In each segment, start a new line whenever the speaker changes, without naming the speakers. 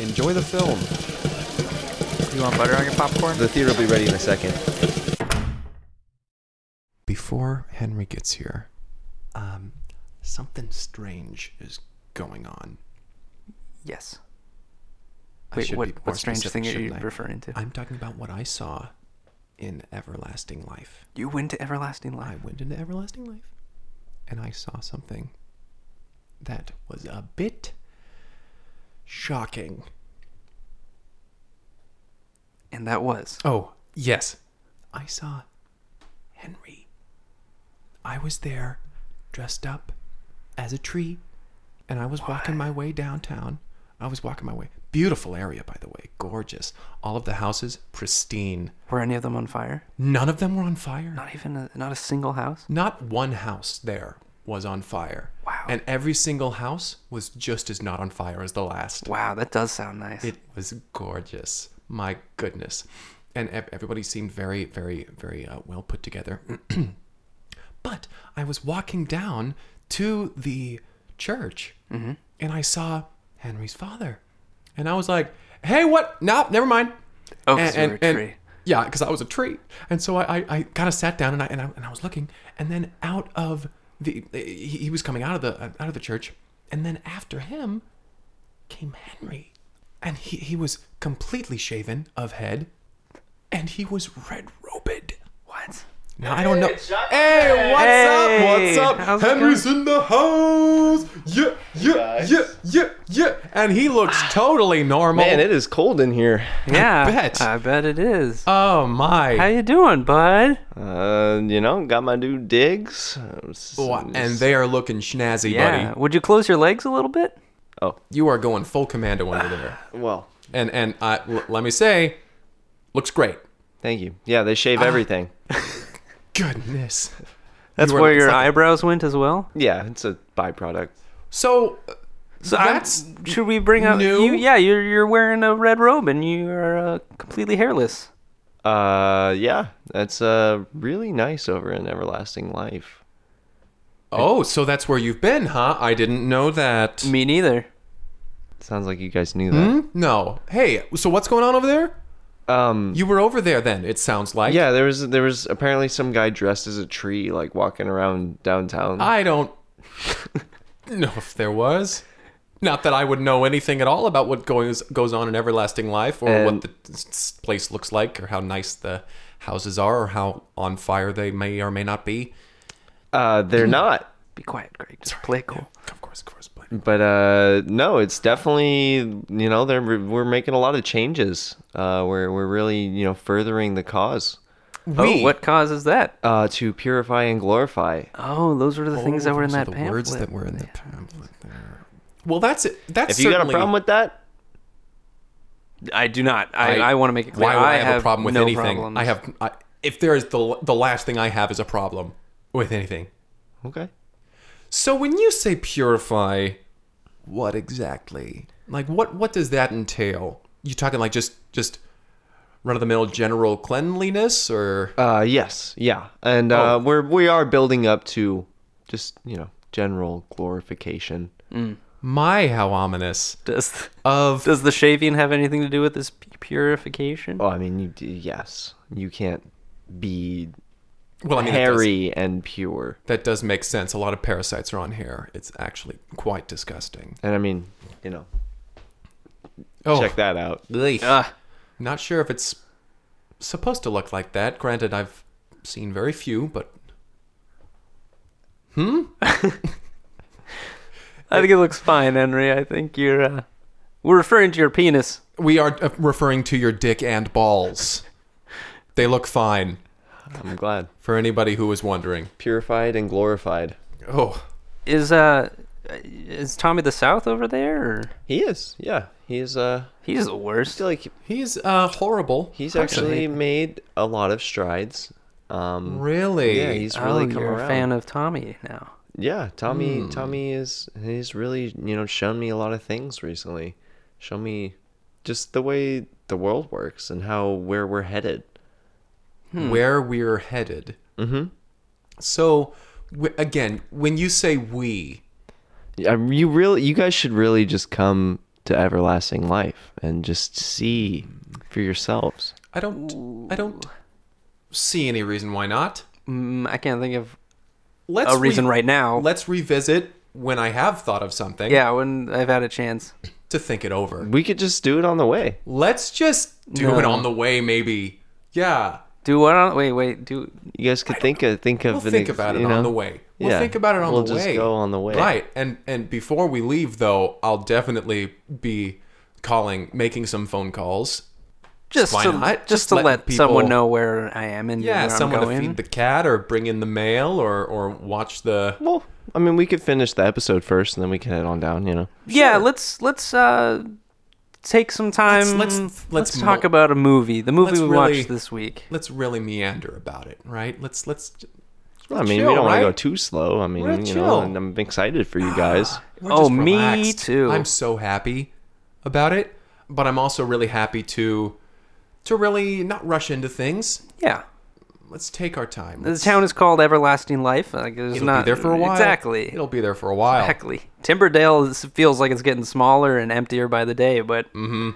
Enjoy the film.
You want butter on your popcorn?
The theater will be ready in a second. Before Henry gets here, um, something strange is going on.
yes.
I
Wait,
should
what,
be more
what strange
specific,
thing are you
shouldn't I?
referring to?
I'm talking about what I saw in Everlasting Life.
you went to everlasting
I
life.
went into Everlasting Life and I saw something that was a bit shocking.
And that was.
Oh, yes. I saw Henry. I was there dressed up as a tree and I was walking my way downtown. I was walking my way. Beautiful area, by the way. Gorgeous. All of the houses pristine.
Were any of them on fire?
None of them were on fire.
Not even a, not a single house?
Not one house there was on fire.
Wow.
And every single house was just as not on fire as the last.
Wow, that does sound nice.
It was gorgeous. My goodness. And ev- everybody seemed very, very, very uh, well put together. but I was walking down to the church
Mm-hmm.
and I saw Henry's father. And I was like, hey, what? No, never mind.
Oh, 'cause you were a tree.
Yeah, because I was a tree. And so I, I, I kind of sat down and I, and I and I was looking, and then out of the he, he was coming out of the uh, out of the church, and then after him came Henry, and he he was completely shaven of head, and he was red robed.
what?
Now I don't know. Hey, what's
Hey,
up? What's up?
how's it
Henry's in the house. Yeah, yeah,
Guys.
yeah, yeah, yeah. And he looks totally normal.
Man, it is cold in here.
Yeah.
bet.
I bet it is.
oh my.
How you doing, bud?
Uh, you know, got my new digs. Uh, s-
Wa- and they are looking schnazzy,
Yeah.
buddy.
Would you close your legs a little bit?
oh,
You are going full commando under there.
well,
And and I l- let me say, looks great.
thank you. Yeah, they
Uh-huh.
shave everything.
Goodness.
That's
You were-
where
it's
your
like-
eyebrows went as well.
Yeah, it's a byproduct.
So uh,
So
that's
I'm, should we bring up?
new?
You, yeah, you're you're wearing a red robe and you are uh, completely hairless.
Uh, yeah, that's uh really nice over in Everlasting Life.
oh, so that's where you've been, huh? I didn't know that.
Me neither.
Sounds like you guys knew that.
Hmm? No. Hey, so what's going on over there?
Hmm.
Um,
You were over there then. It sounds like.
yeah, there was there was apparently some guy dressed as a tree, like walking around downtown.
I don't know if there was. Not that I would know anything at all about what goes goes on in everlasting life, or
And-
what the s- s- place looks like, or how nice the houses are, or how on fire they may or may not be.
Uh, they're not.
Be quiet, Greg. Just play cool.
Of course, of course. But
But uh, no, it's definitely you know they're we're making a lot of changes. Uh, we're we're really you know furthering the cause.
we,
Oh, what causes that?
uh, to purify and glorify.
Uh,
Oh, those were the things that were in
those are
that
the
pamphlet.
words that were in the pamphlet. There. Well, that's it. That's
If you got a
certainly-
problem with that,
I do not. I, I, want to make it clear.
Why would I, have, a
have
problem with
no
anything?
problems.
I have. I, if there is the the last thing I have is a problem with anything.
okay.
So when you say purify, what exactly? Like what what does that entail? You talking like just just run of the mill general cleanliness or
Uh, yes, yeah, and
Oh.
uh, we're we are building up to just you know general glorification.
my how ominous
Does
of
does the shaving have anything to do with this pu- purification?
Oh, I mean, you, d- yes, you can't be
well I mean that does,
hairy and pure,
that does make sense. A lot of parasites are on hair. It's actually quite disgusting.
and I mean, you know,
Oh,
check that Ah. out.
Ugh.
not sure if it's supposed to look like that. Granted, I've seen very few, but
I think it looks fine, Henry. I think you're. Uh, we're referring to your penis.
we are uh, referring to your dick and balls. they look fine
I'm glad
for anybody who was wondering.
purified and glorified.
Oh,
Is uh, is Tommy the South over there? Or?
He is, yeah, he is. Uh,
He's the worst.
still like
he's uh horrible.
he's
person.
actually made a lot of strides. Um,
really
yeah, he's
Oh,
really come
you're
around.
a fan of Tommy now.
Yeah, Tommy. Tommy is he's really you know shown me a lot of things recently. Shown me just the way the world works and how where we're headed.
where we're headed. Mm-hmm. So, w- again, when you say we,
Yeah, you really you guys should really just come to everlasting life and just see for yourselves.
I don't. I don't see any reason why not.
Mm, I can't think of
Let's
a reason
re-
right now.
Let's revisit when I have thought of something.
yeah, when I've had a chance.
To think it over.
We could just do it on the way.
Let's just do
No.
it on the way, maybe. Yeah.
Do what? On, wait, wait. Do
You guys could think of think of
We'll
an
think
ex-
about it
you
on
know?
the way. We'll
Yeah.
think about it on
We'll
the way.
just go on the way.
Right. And and before we leave though, I'll definitely be calling making some phone calls.
just
Why
to,
not?
just,
Just
to
let
let someone
people-
know where I am and
Yeah,
where
someone
I'm
to
going.
feed the cat or bring in the mail or or watch the
Well, I mean, we could finish the episode first, and then we can head on down. You know,
Yeah, let's let's uh take some time. Let's
let's- let's
let's,
mo-
talk about a movie. The movie
let's
we
really-
watched this week.
let's really meander about it, right? Let's let's
I mean,
chill,
we don't want to go
right?
too slow. I mean,
We're
you
chill.
know, and I'm excited for you guys.
We're
Oh,
just
me
relaxed.
too.
I'm so happy about it, but I'm also really happy to to really not rush into things.
Yeah,
Let's take our time.
the
Let's-
town is called Everlasting Life. Like it's
It'll
not
be there for a while.
Exactly.
It'll be there for a while.
exactly. Timberdale is, feels like it's getting smaller and emptier by the day, but
Mm.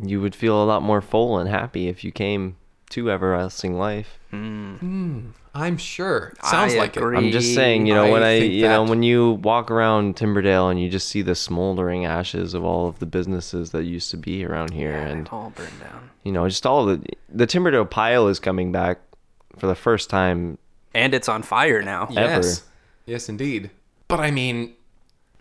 You would feel a lot more full and happy if you came to everlasting life.
I'm sure. Sounds
I
like
agree.
it.
I'm just saying, you know,
I
when I,
think
you know,
that-
when you walk around Timberdale and you just see the smoldering ashes of all of the businesses that used to be around here, and
all burned down
you know, just all the the Timberdale pile is coming back for the first time.
and it's on fire now.
ever.
Yes. Yes, indeed. But I mean,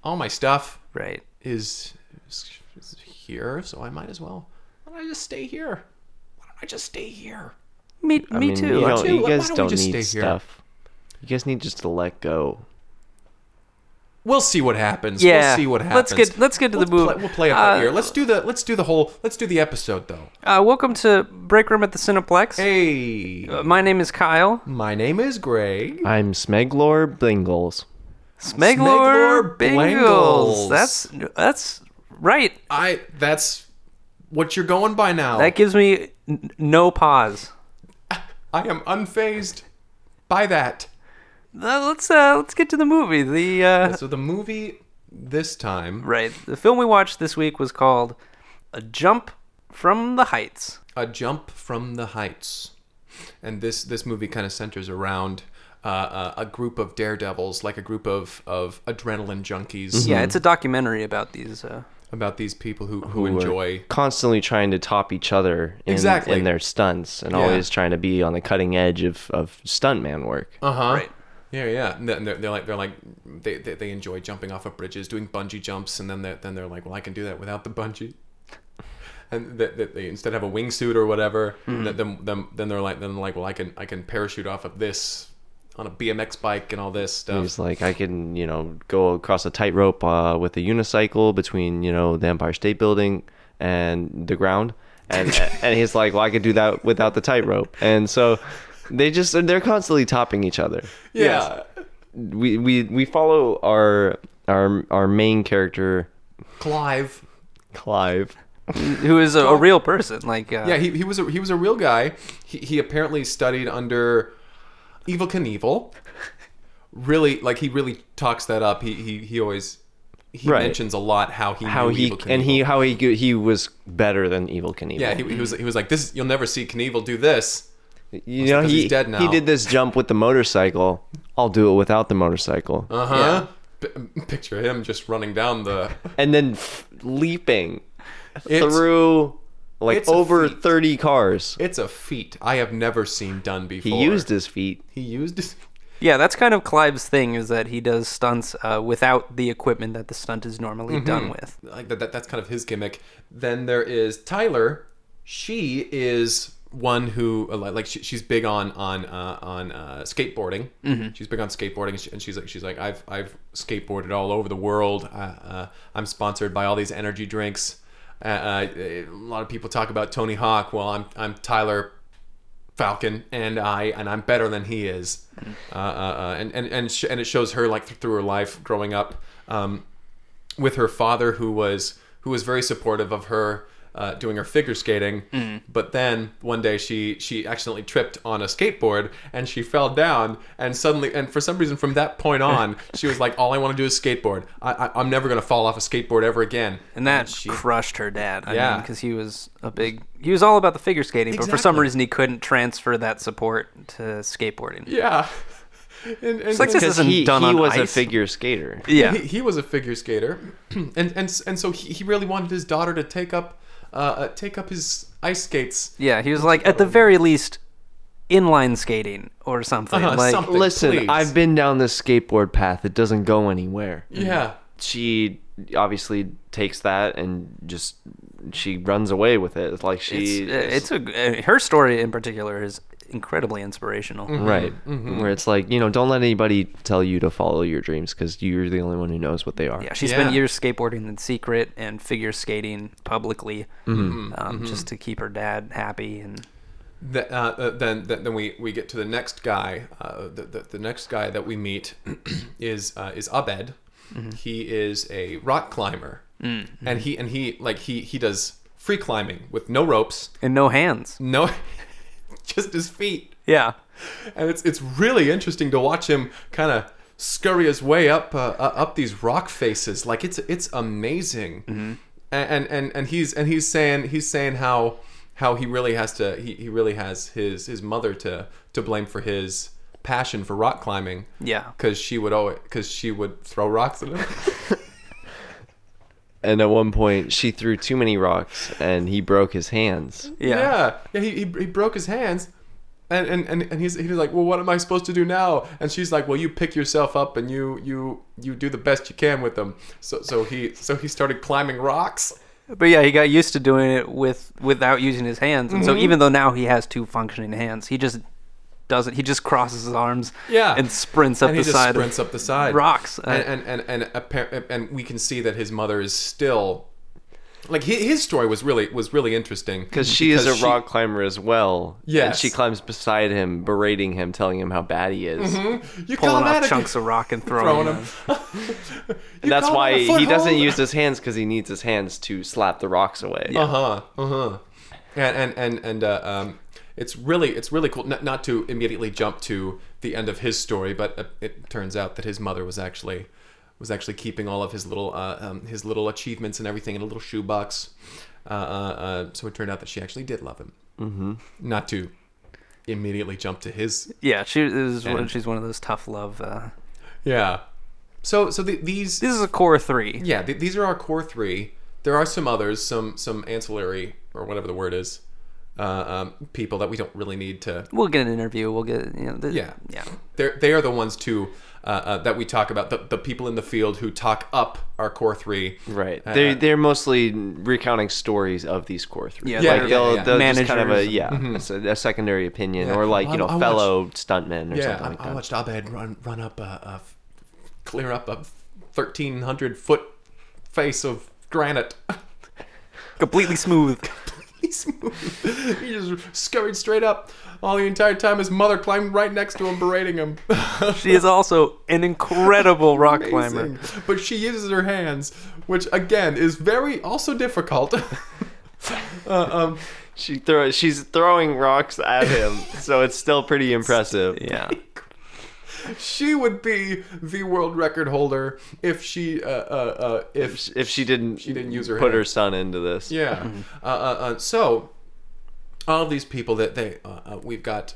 all my stuff
Right.
is, is is here, so I might as well. Why don't I just stay here? Why don't I just stay here?
Me,
I
me
mean,
too.
You, don't,
too.
you
Why
guys
don't we
don't
just
need
stay here?
stuff. You guys need just to let go.
We'll see what happens.
yeah.
We'll see what happens.
Let's get let's get to
We'll
the movie.
play- we'll play it by
Uh,
ear. Let's do the let's do the whole let's do the episode though.
Uh, welcome to Break Room at the Cineplex.
Hey,
Uh, My name is Kyle.
my name is Greg.
I'm Smeglor Blingles.
Smeglor
Smeglor
Bengals.
Bengals.
That's that's right.
I that's what you're going by now.
That gives me n- no pause.
I am unfazed by that.
Uh, let's uh, let's get to the movie. The uh,
So the movie this time,
right the film we watched this week was called A Jump from the Heights.
A Jump from the Heights, and this this movie kind of centers around uh, a, a group of daredevils, like a group of of adrenaline junkies,
Mm-hmm. Yeah, it's a documentary about these. Uh,
about these people who who,
who are
enjoy.
constantly trying to top each other in,
Exactly.
in their stunts and always trying to be on the cutting edge of, of stuntman work.
Uh huh.
Right.
Yeah, yeah. And then they're, they're like they're like they, they they enjoy jumping off of bridges, doing bungee jumps, and then they're, then they're like, well, I can do that without the bungee. And that they, they instead have a wingsuit or whatever.
Mm-hmm.
and Then, then then then they're like then they're like, well, I can I can parachute off of this on a BMX bike and all this stuff.
He's like, I can, you know, go across a tightrope uh, with a unicycle between, you know, the Empire State Building and the ground. And, and he's like, well, I could do that without the tightrope. And so they just, they're constantly topping each other.
yeah,
We, we, we follow our, our, our main character,
Clive.
Clive.
who is a, a real person? Like uh,
Oh. Yeah, he, he was a, he was a real guy. He, he apparently studied under Evil Knievel. Really, like he really talks that up. He he, he always he
Right.
mentions a lot how he
How
knew
he,
Evel Knievel.
and he, how he, go- he was better than Evil Knievel.
Yeah, he, he was he was like this. You'll never see Knievel do this.
You know,
because
he,
he's dead
he
now.
did this jump with the motorcycle. I'll do it without the motorcycle.
Uh huh. P- picture him just running down the.
And then f- leaping
It's-
through like
it's a
over
feat.
30 cars.
It's a feat I have never seen done before.
He used his feet.
He used his.
Yeah, that's kind of Clive's thing is that he does stunts uh, without the equipment that the stunt is normally
Mm-hmm.
done with.
Like that, that. That's kind of his gimmick. Then there is Tyler. She is one who uh, like like, she, she's big on on uh, on uh, skateboarding. She's big on skateboarding, and she- and she's like she's like I've I've skateboarded all over the world. Uh, uh, I'm sponsored by all these energy drinks. Uh, uh, a lot of people talk about Tony Hawk. Well, I'm I'm Tyler Falcon, and I and I'm better than he is, uh, uh, uh, and and and, sh- and it shows her like through her life growing up um, with her father, who was who was very supportive of her, uh, doing her figure skating.
Mm-hmm.
But then one day she she accidentally tripped on a skateboard and she fell down. And suddenly, and for some reason, from that point on, she was like, "All I want to do is skateboard. I, I, I'm never gonna fall off a skateboard ever again."
And that crushed her dad. I
Yeah.
because he was a big. He was all about the figure skating, but for some
Exactly.
reason he couldn't transfer that support to skateboarding.
Yeah. And, and,
like
and-
this
Because
isn't
he,
done
he
on
was a
ice.
figure skater.
Yeah,
He, he was a figure skater, and and and so he, he really wanted his daughter to take up, uh, uh, take up his ice skates.
yeah. He was like, at the very least, inline skating or something.
Uh-huh,
like,
something.
Listen,
please.
I've been down this skateboard path. It doesn't go anywhere.
Mm-hmm.
Yeah,
She obviously takes that and just she runs away with it. It's like she
it's, it's a uh, her story in particular is incredibly inspirational.
Mm-hmm.
right where it's like you know don't let anybody tell you to follow your dreams because you're the only one who knows what they are.
Yeah, she spent
Yeah.
years skateboarding in secret and figure skating publicly,
Mm-hmm.
um, just to keep her dad happy. And
Th- uh, uh, then th- then we, we get to the next guy. Uh, the, the the next guy that we meet is uh, is Abed. He is a rock climber, and he and he like he he does free climbing with no ropes,
and no hands.
no, just his feet.
Yeah,
and it's it's really interesting to watch him kind of scurry his way up uh, uh, up these rock faces. Like it's it's amazing. And, and and he's and he's saying he's saying how how he really has to he, he really has his his mother to to blame for his passion for rock climbing.
yeah.
Because she would always, because she would throw rocks at him.
And at one point, she threw too many rocks and he broke his hands.
Yeah.
yeah. Yeah, he, he, he broke his hands. And, and, and, and he's, he's like, well, what am I supposed to do now? And she's like, well, you pick yourself up and you you you do the best you can with them. So so he so he started climbing rocks.
But yeah, he got used to doing it with without using his hands, and so
Mm-hmm.
even though now he has two functioning hands, he just doesn't. He just crosses his arms,
Yeah.
and sprints up
and
the
he just
side.
sprints
of,
up the side.
rocks. uh,
And and and and, appar- and we can see that his mother is still like his, his story was really was really interesting
Because she is a rock climber as well. And
Yes.
she climbs beside him, berating him, telling him how bad he is.
Mm-hmm.
pulling
You call
off
that a
chunks of rock and throwing,
throwing
them.
him.
And that's why he doesn't use his hands because he needs his hands to slap the rocks away.
Uh huh. Uh huh. And and and and uh, um, it's really it's really cool. Not not to immediately jump to the end of his story, but uh, it turns out that his mother was actually was actually keeping all of his little uh, um, his little achievements and everything in a little shoebox. Uh, uh, uh, so it turned out that she actually did love him. Mm-hmm. Not to immediately jump to his
Yeah, she is. one- She's one of those tough love. Uh,
yeah. So so the, these
this is a core three.
yeah th- these are our core three there are some others some some ancillary or whatever the word is uh, um, people that we don't really need to
We'll get an interview. We'll get you know. The,
yeah
yeah.
They're, they are the ones too uh, uh, that we talk about the, the people in the field who talk up our core three
Right.
Uh,
they're, they're mostly recounting stories of the score three.
Yeah,
Like,
yeah, yeah,
they'll,
yeah. Mm-hmm.
they'll just kind of a,
Managers.
yeah, it's a, a secondary opinion
Yeah.
or like,
I-
you know,
I watched-
fellow stuntmen or
yeah
something
I,
like
I
that.
watched abed run run up a, a f- clear up a 1300 foot face of granite
Completely smooth.
He's smooth. he just scurried straight up all the entire time his mother climbed right next to him berating him
she is also an incredible rock climber.
Amazing. But she uses her hands, which again is very also difficult. uh, um,
She throw, she's throwing rocks at him, so it's still pretty impressive.
Yeah.
she would be the world record holder if she uh, uh, uh, if
If- if she didn't
She didn't use her
put
hand.
her son into this.
Yeah. Uh, uh, uh, so all of these people that they uh, uh, we've got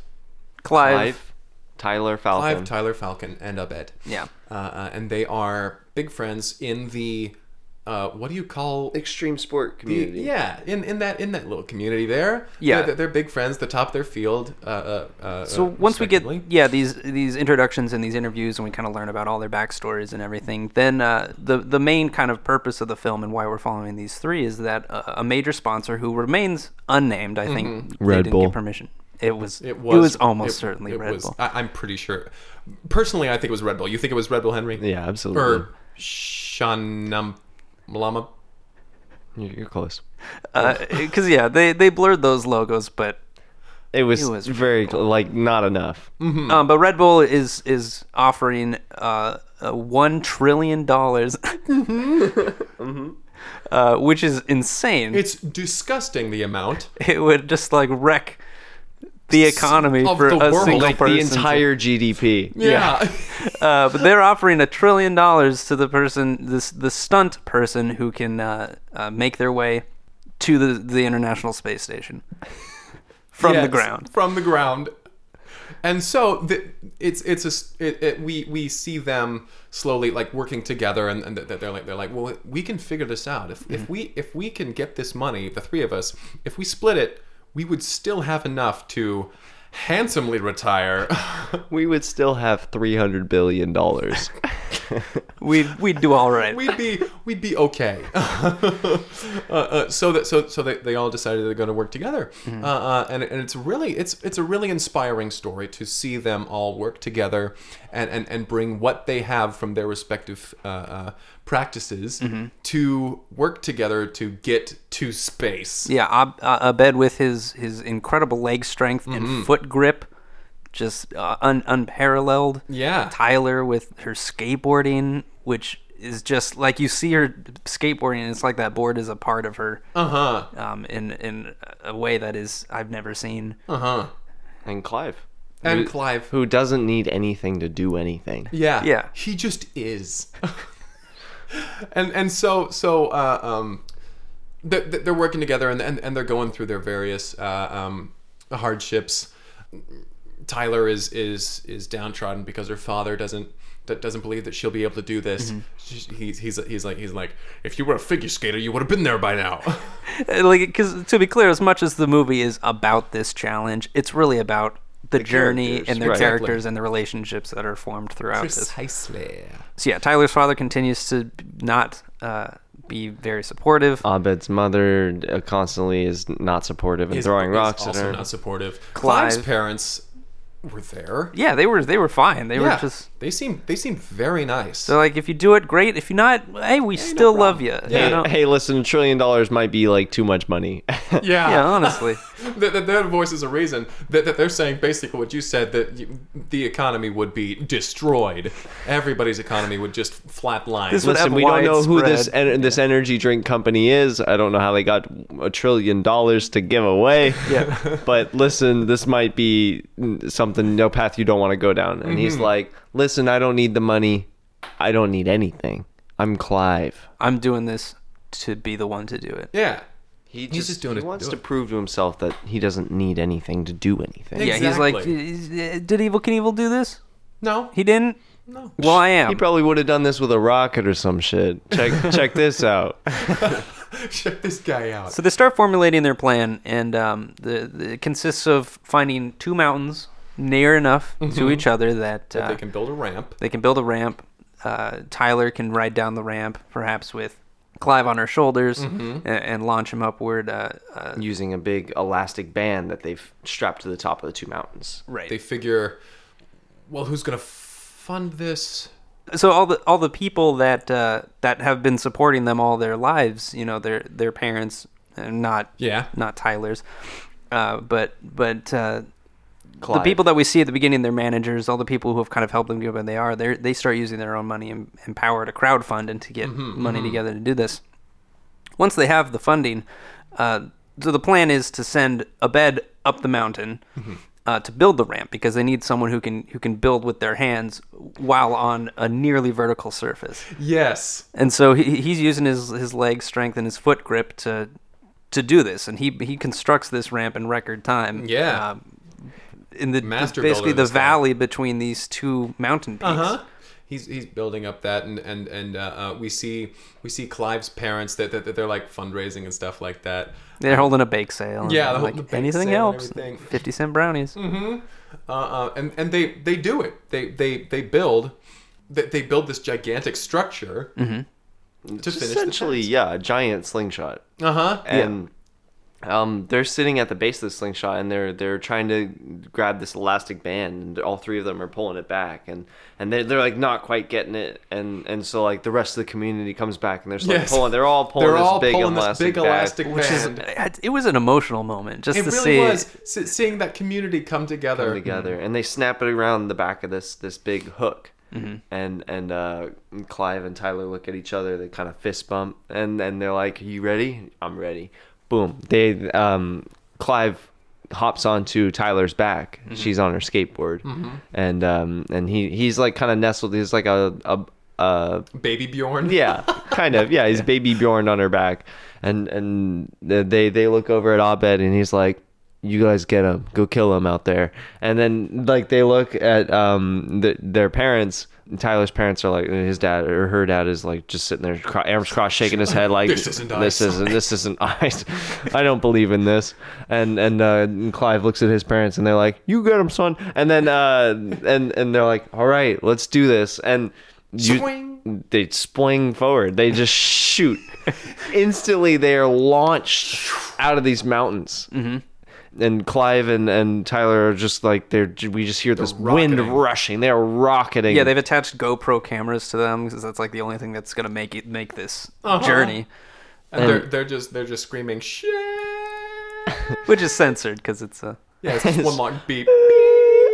Clive.
Clive, Tyler Falcon.
Clive, Tyler Falcon, and Abed.
Yeah.
Uh, uh, and they are big friends in the uh, what do you call
Extreme sport community.
yeah in, in that in that little community there
Yeah.
they're, they're big friends the top of their field uh, uh, uh,
So
uh,
once we get
respectively.
yeah these these introductions and these interviews and we kind of learn about all their backstories and everything, then uh, the the main kind of purpose of the film and why we're following these three is that uh, a major sponsor who remains unnamed, I think, they
Red
didn't
Bull.
get permission. It was
Mm-hmm. It was.
almost
it-
certainly
it
Red
was-
Bull.
I, I'm pretty sure. Personally, I think it was Red Bull. You think it was Red Bull, Henry?
Yeah, absolutely.
Or Shanam Lama?
You're, you're close.
Because Uh, yeah, they they blurred those logos, but
It was,
It was
very cl- like not enough.
Mm-hmm.
Um, but Red Bull is is offering uh, uh, one trillion dollars uh, which is insane.
Mm-hmm. It's disgusting the amount.
it would just like wreck the economy
of
for
the
a
world.
single
Like,
like
person.
the
to-
entire GDP.
Yeah.
uh, but they're offering a trillion dollars to the person, this the stunt person who can uh, uh, make their way to the the International Space Station from the
Yes,
ground.
From the ground. And so the, it's it's a s- it, it, we we see them slowly like working together, and, and they're like they're like, well, we can figure this out. If if
Mm-hmm.
we if we can get this money, the three of us, if we split it, we would still have enough to handsomely retire.
We would still have three hundred billion dollars.
We we do all right.
we'd be we'd be okay. uh, uh, so that so so they, they all decided they're going to work together, uh, uh, and and it's really it's it's a really inspiring story to see them all work together and and, and bring what they have from their respective uh, uh, practices to work together to get to space.
yeah, Ab- uh, Abed with his his incredible leg strength and foot grip, just uh, un- unparalleled.
Yeah.
Tyler with her skateboarding, which is just like you see her skateboarding, and it's like that board is a part of her.
Uh huh.
um, in in a way that is I've never seen.
Uh huh.
and Clive,
And
who,
Clive.
who doesn't need anything to do anything.
Yeah.
Yeah.
He just is. and and so so uh, um, they're, they're working together and, and and they're going through their various uh, um, hardships. Tyler is is is downtrodden because her father doesn't that doesn't believe that she'll be able to do this. She's He's, he's he's like he's like if you were a figure skater, you would have been there by now.
Like, because to be clear, as much as the movie is about this challenge, it's really about the, journey
characters,
and their
right.
characters and the relationships that are formed throughout this.
Precisely.
So yeah, Tyler's father continues to not uh, be very supportive.
Abed's mother uh, constantly is not supportive and
Is-
throwing
is
rocks at
also
her.
not supportive.
Clive.
Clive's parents were there.
yeah, they were they were fine. They were
Yeah,
just
they seem they seem very nice.
they're like, if you do it, great. If you not, hey, we still love you.
Yeah.
You know?
Hey, hey, listen, a trillion dollars might be like too much money.
yeah,
yeah, honestly.
that, that their voice is a reason that, that they're saying basically what you said that you, the economy would be destroyed. Everybody's economy would just flatline.
This would-
listen,
have
we don't know who this
widespread-
en- this energy drink company is. I don't know how they got a trillion dollars to give away.
Yeah.
but listen, this might be something no path you don't want to go down. And he's
Mm-hmm.
like, "Listen, I don't need the money. I don't need anything. I'm Clive."
I'm doing this to be the one to do it.
yeah,
He
just doing
he
it to
wants
do
to
it.
prove to himself that he doesn't need anything to do anything.
Yeah,
Yeah, he's like,
Exactly.
"Is- uh, did Evil Knievel do this?
no,
He didn't.
no.
Well, I am.
He probably would have done this with a rocket or some shit. Check check this out.
Check this guy out.
so they start formulating their plan, and um, the, the it consists of finding two mountains near enough
Mm-hmm.
to each other that uh,
they can build a ramp.
build a ramp. Uh, Tyler can ride down the ramp, perhaps with Clive on her shoulders, and, and launch him upward. Uh, uh,
Using a big elastic band that they've strapped to the top of the two mountains.
right.
They figure, well, who's gonna fund this?
so all the all the people that uh, that have been supporting them all their lives, you know, their their parents, uh, not
Yeah.
not Tyler's, uh, but but uh, the
Clive.
people that we see at the beginning, their managers, all the people who have kind of helped them get where they are, they they start using their own money and, and power to crowdfund and to get money together to do this. Once they have the funding, uh, so the plan is to send a bed up the mountain. Uh, to build the ramp because they need someone who can who can build with their hands while on a nearly vertical surface.
Yes.
And so he, he's using his, his leg strength and his foot grip to to do this, and he he constructs this ramp in record time.
Yeah.
Um, in the
Master
basically
builder
the
this guy.
valley between these two mountain peaks.
Uh-huh. He's he's building up that, and and and uh, uh, we see we see Clive's parents that, that, that they're like fundraising and stuff like that.
They're holding a bake sale. and
Yeah,
they're
they're
like
holding a bake
anything
sale and
helps.
everything.
Fifty cent brownies.
uh, uh, and and they they do it. They they they build they, they build this gigantic structure to finish
essentially, yeah, a giant slingshot.
Uh huh.
And um, they're sitting at the base of the slingshot, and they're they're trying to grab this elastic band, and all three of them are pulling it back, and and they're, they're like not quite getting it, and and so like the rest of the community comes back, and they're just, like
Yes.
pulling, they're all pulling
They're
this
all
big
pulling this
elastic
big
band.
elastic band.
Which is it, it was an emotional moment just
it
to
really
see.
was se- seeing that community come together.
together, and they snap it around the back of this this big hook. and and uh, Clive and Tyler look at each other. They kind of fist bump, and and they're like, "You ready? I'm ready." Boom. They um, Clive hops onto Tyler's back. She's on her skateboard, and um, and he he's like kind of nestled. He's like a a. a
Baby Bjorn.
yeah, kind of. Yeah, he's baby Bjorn on her back, and and they they look over at Abed, and he's like, "You guys get him, go kill him out there." And then like they look at um th their parents. Tyler's parents are like his dad or her dad is like just sitting there, cro- arms crossed, shaking his head like
This isn't
this
ice."
isn't this isn't ice. I don't believe in this. And and uh, Clive looks at his parents and they're like, "You get him, son." And then uh and and they're like, "All right, let's do this." And you,
Swing.
They spling forward. They just shoot. Instantly, they are launched out of these mountains. Mm-hmm. And Clive and, and Tyler are just like they're. We just hear this wind
rocketing.
rushing. They are rocketing.
Yeah, they've attached GoPro cameras to them because that's like the only thing that's gonna make it make this
Uh-huh.
journey,
And they're they're just they're just screaming shit.
which is censored because it's a
Yeah, it's just one long beep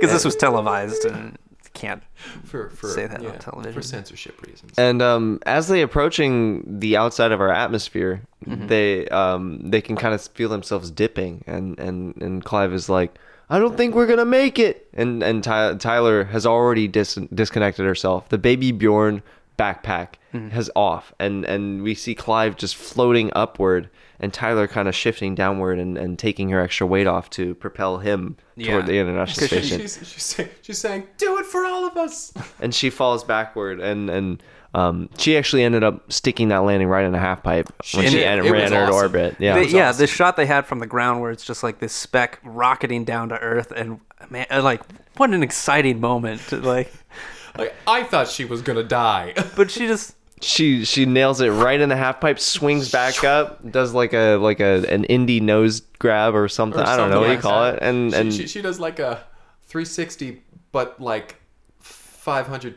because this was televised and you can't.
for for
Say that on
yeah,
television.
for censorship reasons.
And um, as they approaching the outside of our atmosphere,
Mm-hmm.
they um, they can kind of feel themselves dipping, and and and Clive is like, "I don't think we're gonna make it." And and Ty- Tyler has already dis- disconnected herself. The baby Bjorn backpack
Mm-hmm.
has off, and and we see Clive just floating upward, and Tyler kind of shifting downward and, and taking her extra weight off to propel him toward
Yeah.
the international
'Cause she-
She-
station
she's, she's, saying, she's saying, "Do it for all of us."
and she falls backward and and um, she actually ended up sticking that landing right in a half pipe when
did.
she en-
It was
ran her
awesome.
orbit. Yeah,
They,
was
yeah,
awesome.
this shot they had from the ground where it's just like this speck rocketing down to Earth, and man, uh, like what an exciting moment! to, Like,
Like I thought she was gonna die.
but she just
she she nails it right in the half pipe, swings back up, does like a like a an indie nose grab or something.
or
I don't know what
something
you
like
call
that.
it. And
she,
and
she, she does like a 360, but like 500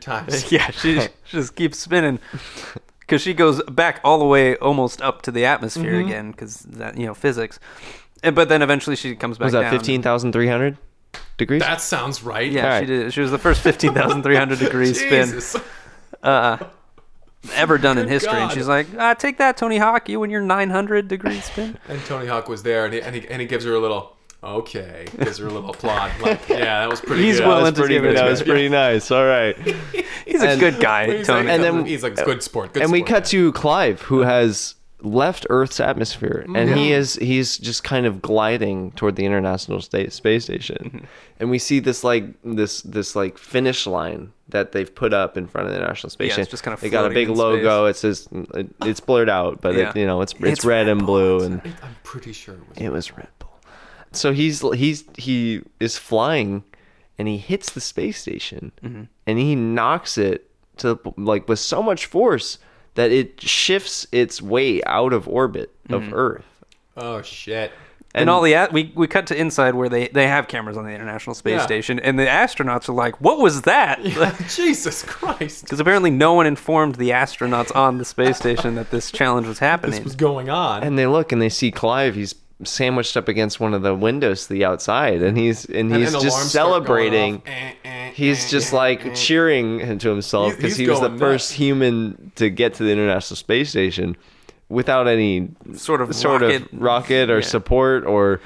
times.
yeah, she, she just keeps spinning because she goes back all the way almost up to the atmosphere
Mm-hmm.
again because that you know physics, and but then eventually she comes back.
was that
down.
fifteen thousand three hundred degrees?
That sounds right.
Yeah,
Alright.
she did. She was the first fifteen thousand three hundred degree spin uh-uh,
Jesus.
ever done in
Good
history. And
God.
she's like, ah, "Take that, Tony Hawk, you and your nine hundred degree spin."
And Tony Hawk was there, and he, and he, and he gives her a little, okay, gives her a little applaud. Like, yeah, that was pretty
He's
good.
that
willing
was
to
pretty.
give it a
That was
try.
pretty nice. All right.
He's a
And-
good guy,
He's like,
Tony.
and
And
then
then- uh,
he's like, good sport, good
and we
sport."
cut to Clive, who has left Earth's atmosphere,
Mm-hmm.
and he is he's just kind of gliding toward the International State Space
Mm-hmm.
Station, and we see this like this this like finish line that they've put up in front of the International Space
it's
Station.
just kind of
they got a
floating
big
in
logo. It says it, it's blurred out, but
Yeah.
it, you know it's it's,
It's
red,
Red
and
Bull,
blue,
it's
and
I'm pretty sure it was.
it was Red Bull. So he's he's he is flying, and he hits the space station,
Mm-hmm.
and he knocks it to the p- like with so much force that it shifts its way out of orbit
Mm-hmm.
of Earth.
Oh, shit.
And, all the at- we we cut to inside where they they have cameras on the International Space
Yeah.
Station, and the astronauts are like, "What was that?" Because
Jesus Christ.
apparently no one informed the astronauts on the space station that this challenge was happening.
This was going on.
And they look and they see Clive. He's sandwiched up against one of the windows to the outside, and he's and
And
he's
then
just
alarms start going off.
celebrating.
Eh, eh, eh,
He's just
eh.
like cheering to himself
He's-
because
he's
he was the
going
first
nuts.
human to get to the International Space Station without any
Sort of
sort
rocket-
of rocket or
yeah.
support or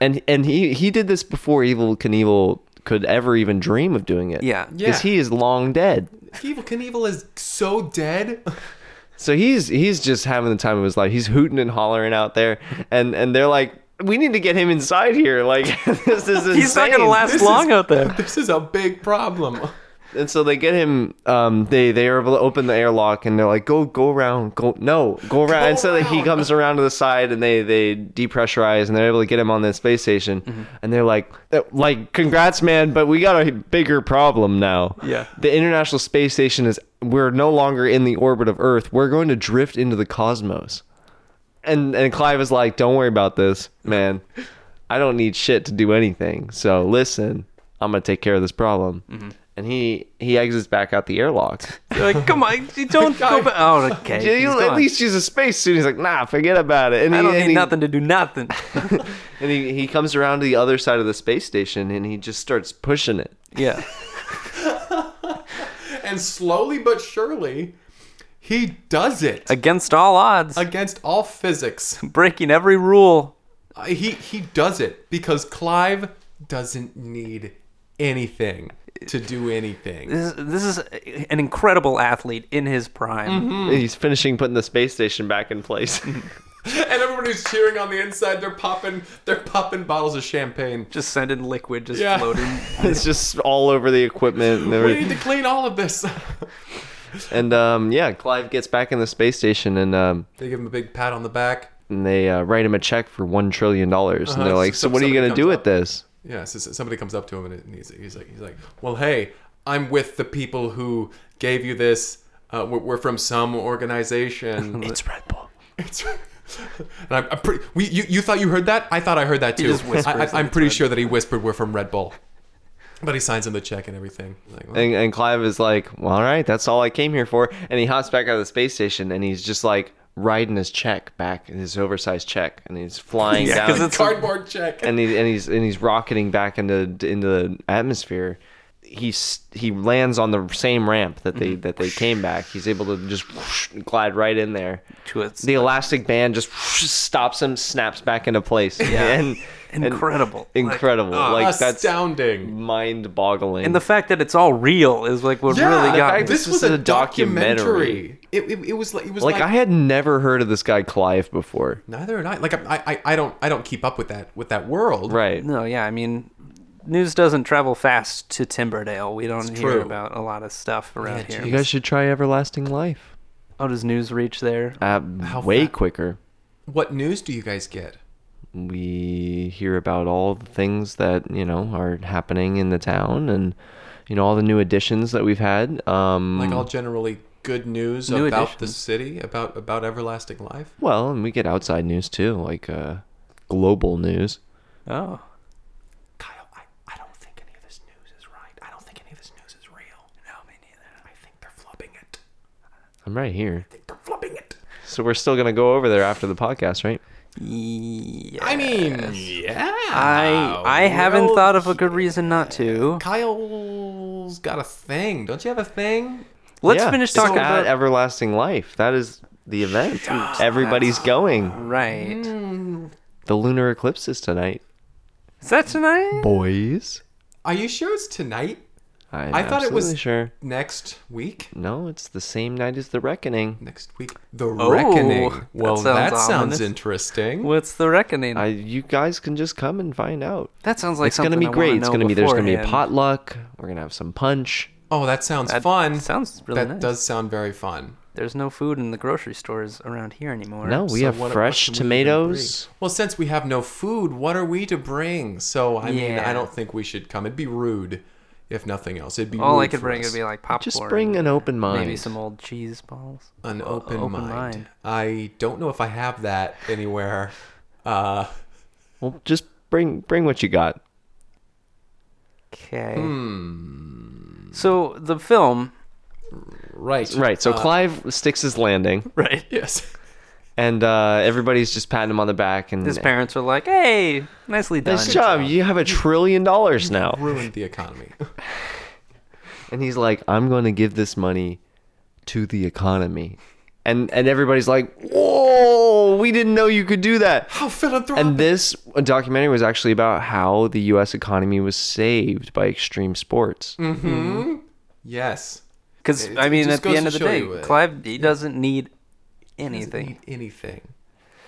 and and he he did this before Evil Knievel could ever even dream of doing it.
Yeah.
Yeah.
Because he is long dead.
Evil Knievel is so dead.
So he's he's just having the time of his life. He's hooting and hollering out there and and they're like we need to get him inside here. Like this is insane.
He's not gonna last
This
long
is-
out there.
This is a big problem.
And so they get him. Um, they they are able to open the airlock, and they're like, "Go, go around, go, no, go around." and so that he
around.
comes around to the side, and they they depressurize, and they're able to get him on the space station.
Mm-hmm.
And they're like, "Like, congrats, man, but we got a bigger problem now.
Yeah.
the International Space Station is we're no longer in the orbit of Earth. We're going to drift into the cosmos." And and Clive is like, "Don't worry about this, man. I don't need shit to do anything. So listen, I'm gonna take care of this problem."
Mm-hmm.
And he he exits back out the airlock.
They're like, come on, you don't go back. Oh, okay. he's
He'll at
gone.
least use a space suit. He's like, "Nah, forget about it." And
I
he,
don't
and
need
he-
nothing to do nothing.
And he, he comes around to the other side of the space station and he just starts pushing it.
yeah.
and slowly but surely, he does it
Against all odds,
against all physics.
breaking every rule.
Uh, he he does it because Clive doesn't need anything to do anything.
This, this is an incredible athlete in his prime.
Mm.
He's finishing putting the space station back in place.
And everybody's cheering on the inside. They're popping they're popping bottles of champagne.
Just sending liquid, just
Yeah.
floating.
it's just all over the equipment. And,
We need
everything.
to clean all of this.
and um, yeah, Clive gets back in the space station and um,
they give him a big pat on the back.
and they uh, write him a check for one trillion dollars, and they're
Uh-huh.
like, "So
So
what are you
somebody
gonna do
comes
with
up.
this?"
Yeah, so so somebody comes up to him and he's, he's like, he's like, well, hey, I'm with the people who gave you this. Uh, we're, we're from some organization.
It's Red Bull.
it's, and I'm, I'm pretty. We, you, you thought you heard that? I thought I heard that too.
just whispers
I,
that
I, am
it's
pretty
Red
sure that he whispered we're from Red Bull. But he signs him the check and everything. Like, well,
And, and Clive is like, well, "All right, that's all I came here for." And he hops back out of the space station, and he's just like riding his check back, his oversized check, and he's flying
Yeah, 'cause
down,
it's-
cardboard check.
and he, and he's and he's rocketing back into into the atmosphere. He's he lands on the same ramp that
Mm-hmm.
they that they came back. He's able to just whoosh, glide right in there.
To its-
the elastic band just whoosh, stops him, snaps back into place.
Yeah.
and, and-
Incredible. Like, uh,
incredible.
Ah,
Like, that's
astounding.
mind-boggling.
And the fact that it's all real is like what really got me.
fact-
this
This
was
is
a
a documentary.
documentary. It, it, it was like it was
like I had never heard of this guy Clive before.
neither had I. Like I, I, I don't I don't keep up with that with that world.
Right.
No, yeah, I mean, news doesn't travel fast to Timberdale. We don't hear
true.
about a lot of stuff around
Yeah,
here.
You guys should try Everlasting Life.
How does news reach there?
Uh,
How
way
fa-
quicker.
What news do you guys get?
We hear about all the things that, you know, are happening in the town and you know all the new additions that we've had. Um
like all generally good news
Hmm. New
about the
additions.
city about about everlasting life
well, and we get outside news too, like uh global news.
Oh.
kyle I, I don't think any of this news is right i don't think any of this news is real no me neither i think they're flubbing it
I'm right here.
i think they're flubbing it
So we're still going to go over there after the podcast, right?
Yeah.
i mean yeah
I I haven't
well,
thought of a good reason not to.
kyle's got a thing don't you have a thing
Let's
Yeah,
finish
it's
talking
at
about
everlasting life. That is the event. Everybody's going.
right.
Mm.
The lunar eclipse is tonight,
Is that tonight?
boys.
are you sure it's tonight
I'm
I thought it was-
absolutely sure.
next week
No, it's the same night as the reckoning.
next week the reckoning
Oh, that
well
sounds
that sounds
ominous.
interesting
What's the reckoning?
I, you guys can just come and find out.
that sounds like
it's
something
gonna be
I wanna
great. It's
know
gonna be there's gonna be a
beforehand.
potluck. We're gonna have some punch.
oh that sounds
That
fun
Sounds really
that
nice.
does sound very fun
There's no food in the grocery stores around here anymore.
No, we
So
have
what- what
fresh
can we even
tomatoes.
bring? Well, since we have no food, what are we to bring? So I mean,
Yeah.
I don't think we should come. It'd be rude, if nothing else. It'd be
All I
rude
could
for
bring
us.
would be like popcorn.
Just bring an open mind.
Maybe some old cheese balls.
an
O-
open,
open
mind.
mind.
I don't know if I have that anywhere. Uh,
Well, just bring bring what you got.
Okay.
Hmm.
So the film,
right,
Right. So
Uh,
Clive sticks his landing,
right?
yes,
and uh, everybody's just patting him on the back. And
His parents were like, "Hey, nicely done."
nice job. You have a trillion dollars now.
ruined the economy.
and he's like i'm going to give this money to the economy and and everybody's like whoa we didn't know you could do that
How philanthropic!
and this documentary was actually about how the us economy was saved by extreme sports
Mm-hmm.
hmm.
yes,
Because
It-
I
it
mean,
just
at the
goes
end
to
of the
show
day,
you, uh,
Clive he doesn't need anything,
Need anything.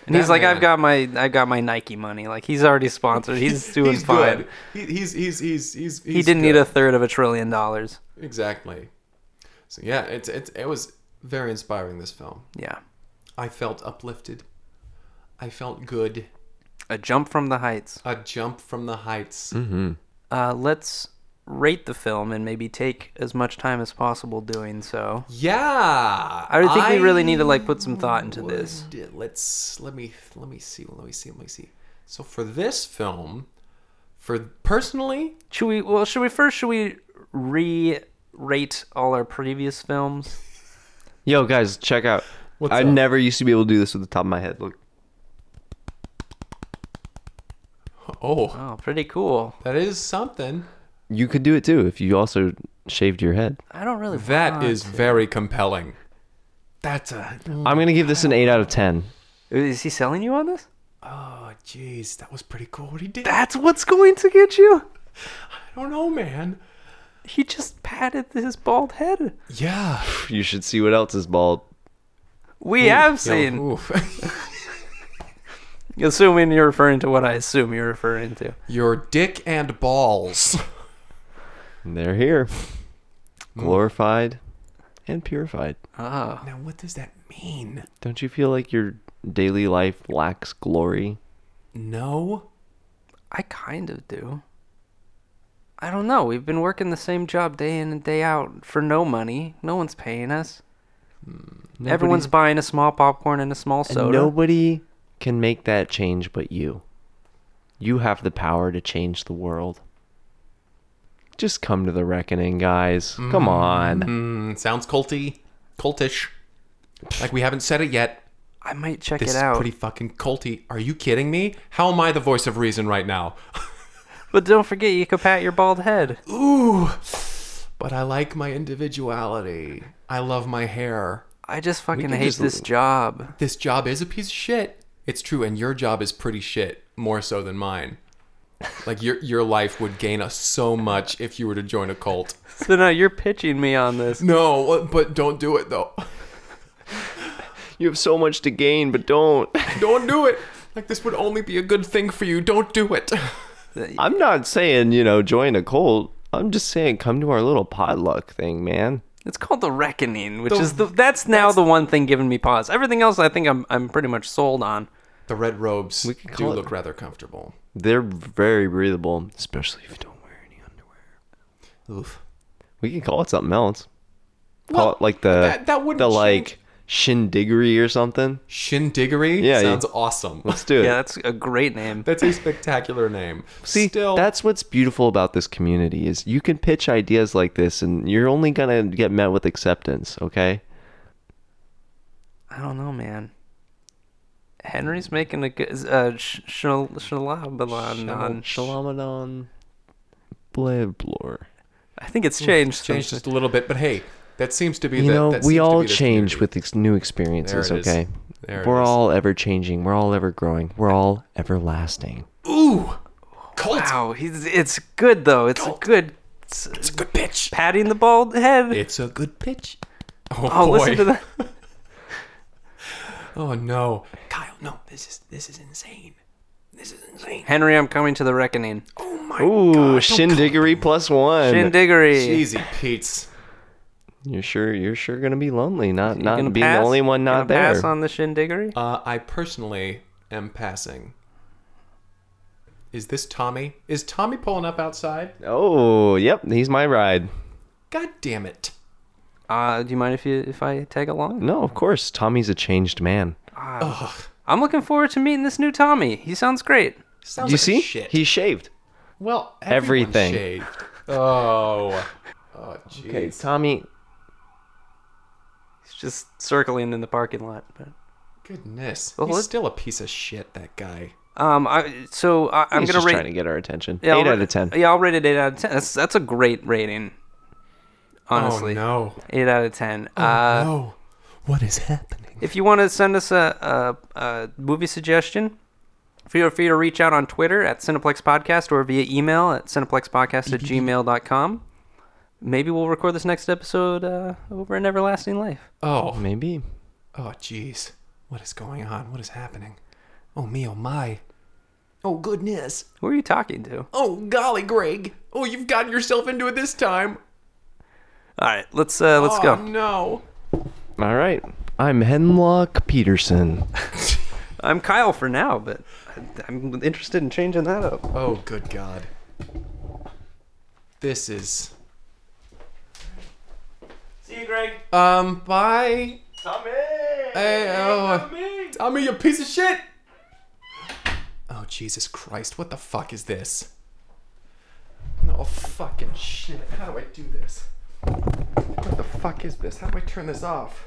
and he's
That
like,
man-
"I've got my, I've got my Nike money. Like he's already sponsored. He's doing
he's
fine.
Good. He, he's he's he's he's
He didn't need a third of a trillion dollars.
exactly. So yeah, it's it's it was very inspiring. This film.
Yeah,
I felt uplifted. I felt good.
a jump from the heights.
A jump from the heights.
Uh, let's rate the film and maybe take as much time as possible doing so.
Yeah.
I would think we really need to like put some thought into this.
would- Let's let me let me see. Let me see. Let me see. So for this film, for personally,
Should we? Well, should we first? Should we re-rate all our previous films?
yo guys check out
What's
i
up?
never used to be able to do this with the top of my head look
oh,
Oh, pretty cool.
oh,
Oh,
that is something.
you could do it too if you also shaved your head.
I don't really.
That
want
is
to.
very compelling. That's a.
I'm gonna give this an eight out of ten.
Is he selling you on this?
Oh, jeez, that was pretty cool what he did.
That's what's going to get you.
I don't know, man.
He just patted his bald head.
Yeah.
You should see what else is bald.
We have seen.
Oof.
Assuming you're referring to what I assume you're referring to.
Your dick and balls.
They're here,
Hmm.
glorified and purified.
Oh.
Now, what does that mean?
Don't you feel like your daily life lacks glory?
No.
I kind of do. I don't know. We've been working the same job day in and day out for no money. No one's paying us. Everyone's buying a small popcorn and a small
and
soda.
nobody can make that change but you. You have the power to change the world. Just come to the reckoning, guys.
Mm-hmm.
Come on.
Mm, sounds culty, cultish. Like we haven't said it yet.
I might check
This
it
is
out.
pretty fucking culty. Are you kidding me? How am I the voice of reason right now?
But don't forget, you can pat your bald head.
Ooh. But I like my individuality. I love my hair.
I just fucking
can
hate
just-
this job.
This job is a piece of shit. It's true, and your job is pretty shit, more so than mine. Like your your life would gain us so much if you were to join a cult.
So now you're pitching me on this.
No, but don't do it though.
You have so much to gain, but don't.
Don't do it. Like this would only be a good thing for you. Don't do it.
I'm not saying, you know, join a cult. I'm just saying come to our little potluck thing, man.
It's called the reckoning, which
The-
is the that's now the one thing giving me pause. Everything else, I think I'm I'm pretty much sold on.
The red robes
could
do
call it-
look rather comfortable.
They're very breathable, especially if you don't wear any underwear.
Oof.
We can call it something else. Call
Well,
it like the
that- that wouldn't
the
change-
like shindiggery or something.
Shindiggery
Yeah,
sounds
you-
awesome.
Let's do it.
Yeah, that's a great name.
That's a spectacular name.
See,
Still,
that's what's beautiful about this community is you can pitch ideas like this, and you're only gonna get met with acceptance. Okay,
I don't know, man. Henry's making a good uh, sh- shal- shalabalon on.
Shalamadon Bleblor.
I think it's changed.
changed
since-
just a little bit, but hey, that seems to be.
You
the,
know,
that seems
we
to
all
be the
change
theory.
with ex- new experiences.
There it is.
Okay,
There it
we're
is.
all ever changing. We're all ever growing. We're all everlasting.
Ooh, cult.
Wow, he's it's good though. It's a good it's
It's a good pitch.
patting the bald head.
It's a good pitch. Oh,
oh,
boy.
listen to that.
Oh no, Kyle, no, this is this is insane. This is insane.
Henry, I'm coming to the reckoning.
Oh my
Ooh,
god.
shindiggery plus
Oh,
one.
Shindiggery.
Easy, Pete's.
You're sure you're sure gonna be lonely, not
You
not
gonna
being
pass?
the only one
You
not
gonna
there.
Pass on the shindiggery.
Uh, I personally am passing. Is this Tommy? Is Tommy pulling up outside?
Oh, yep, he's my ride.
God damn it.
Uh, do you mind if you if I tag along?
No, of course, Tommy's a changed man.
I'm looking forward to meeting this new Tommy. He sounds great.
Sounds
you
like
see,
shit.
he's shaved.
well, everyone
everything.
shaved. Oh. Oh, jeez.
Okay, Tommy.
He's just circling in the parking lot. But
Goodness.
Well,
He's
let's-
still a piece of shit, that guy.
um, I so I, I'm
he's
gonna
just
rate
trying to get our attention.
yeah, I'll
Eight
ra-
out of ten.
Yeah, I'll rate it eight out of ten. That's that's a great rating. Honestly,
Oh, no. Oh,
eight out of ten. uh,
no. What is happening?
If you want to send us a, a, a movie suggestion, feel free to reach out on Twitter at Cineplex Podcast or via email at cineplexpodcast
E
at gmail.com. Maybe we'll record this next episode uh, over in Everlasting Life.
Oh.
Maybe.
Oh, jeez. What is going on? What is happening? Oh, me, oh, my. Oh, goodness.
Who are you talking to? All
Oh, golly, Greg. Oh, you've gotten yourself into it this time.
right, let's uh, let's
oh,
go.
no.
All right, I'm Henlock Peterson.
I'm Kyle for now, but I'm interested in changing that up.
Oh, good God. This is.
See you, Greg.
Um, bye.
Tommy.
Hey, oh. Tommy, you piece of shit! Oh, Jesus Christ, what the fuck is this? No fucking shit. How do I do this? What the fuck is this? How do I turn this off?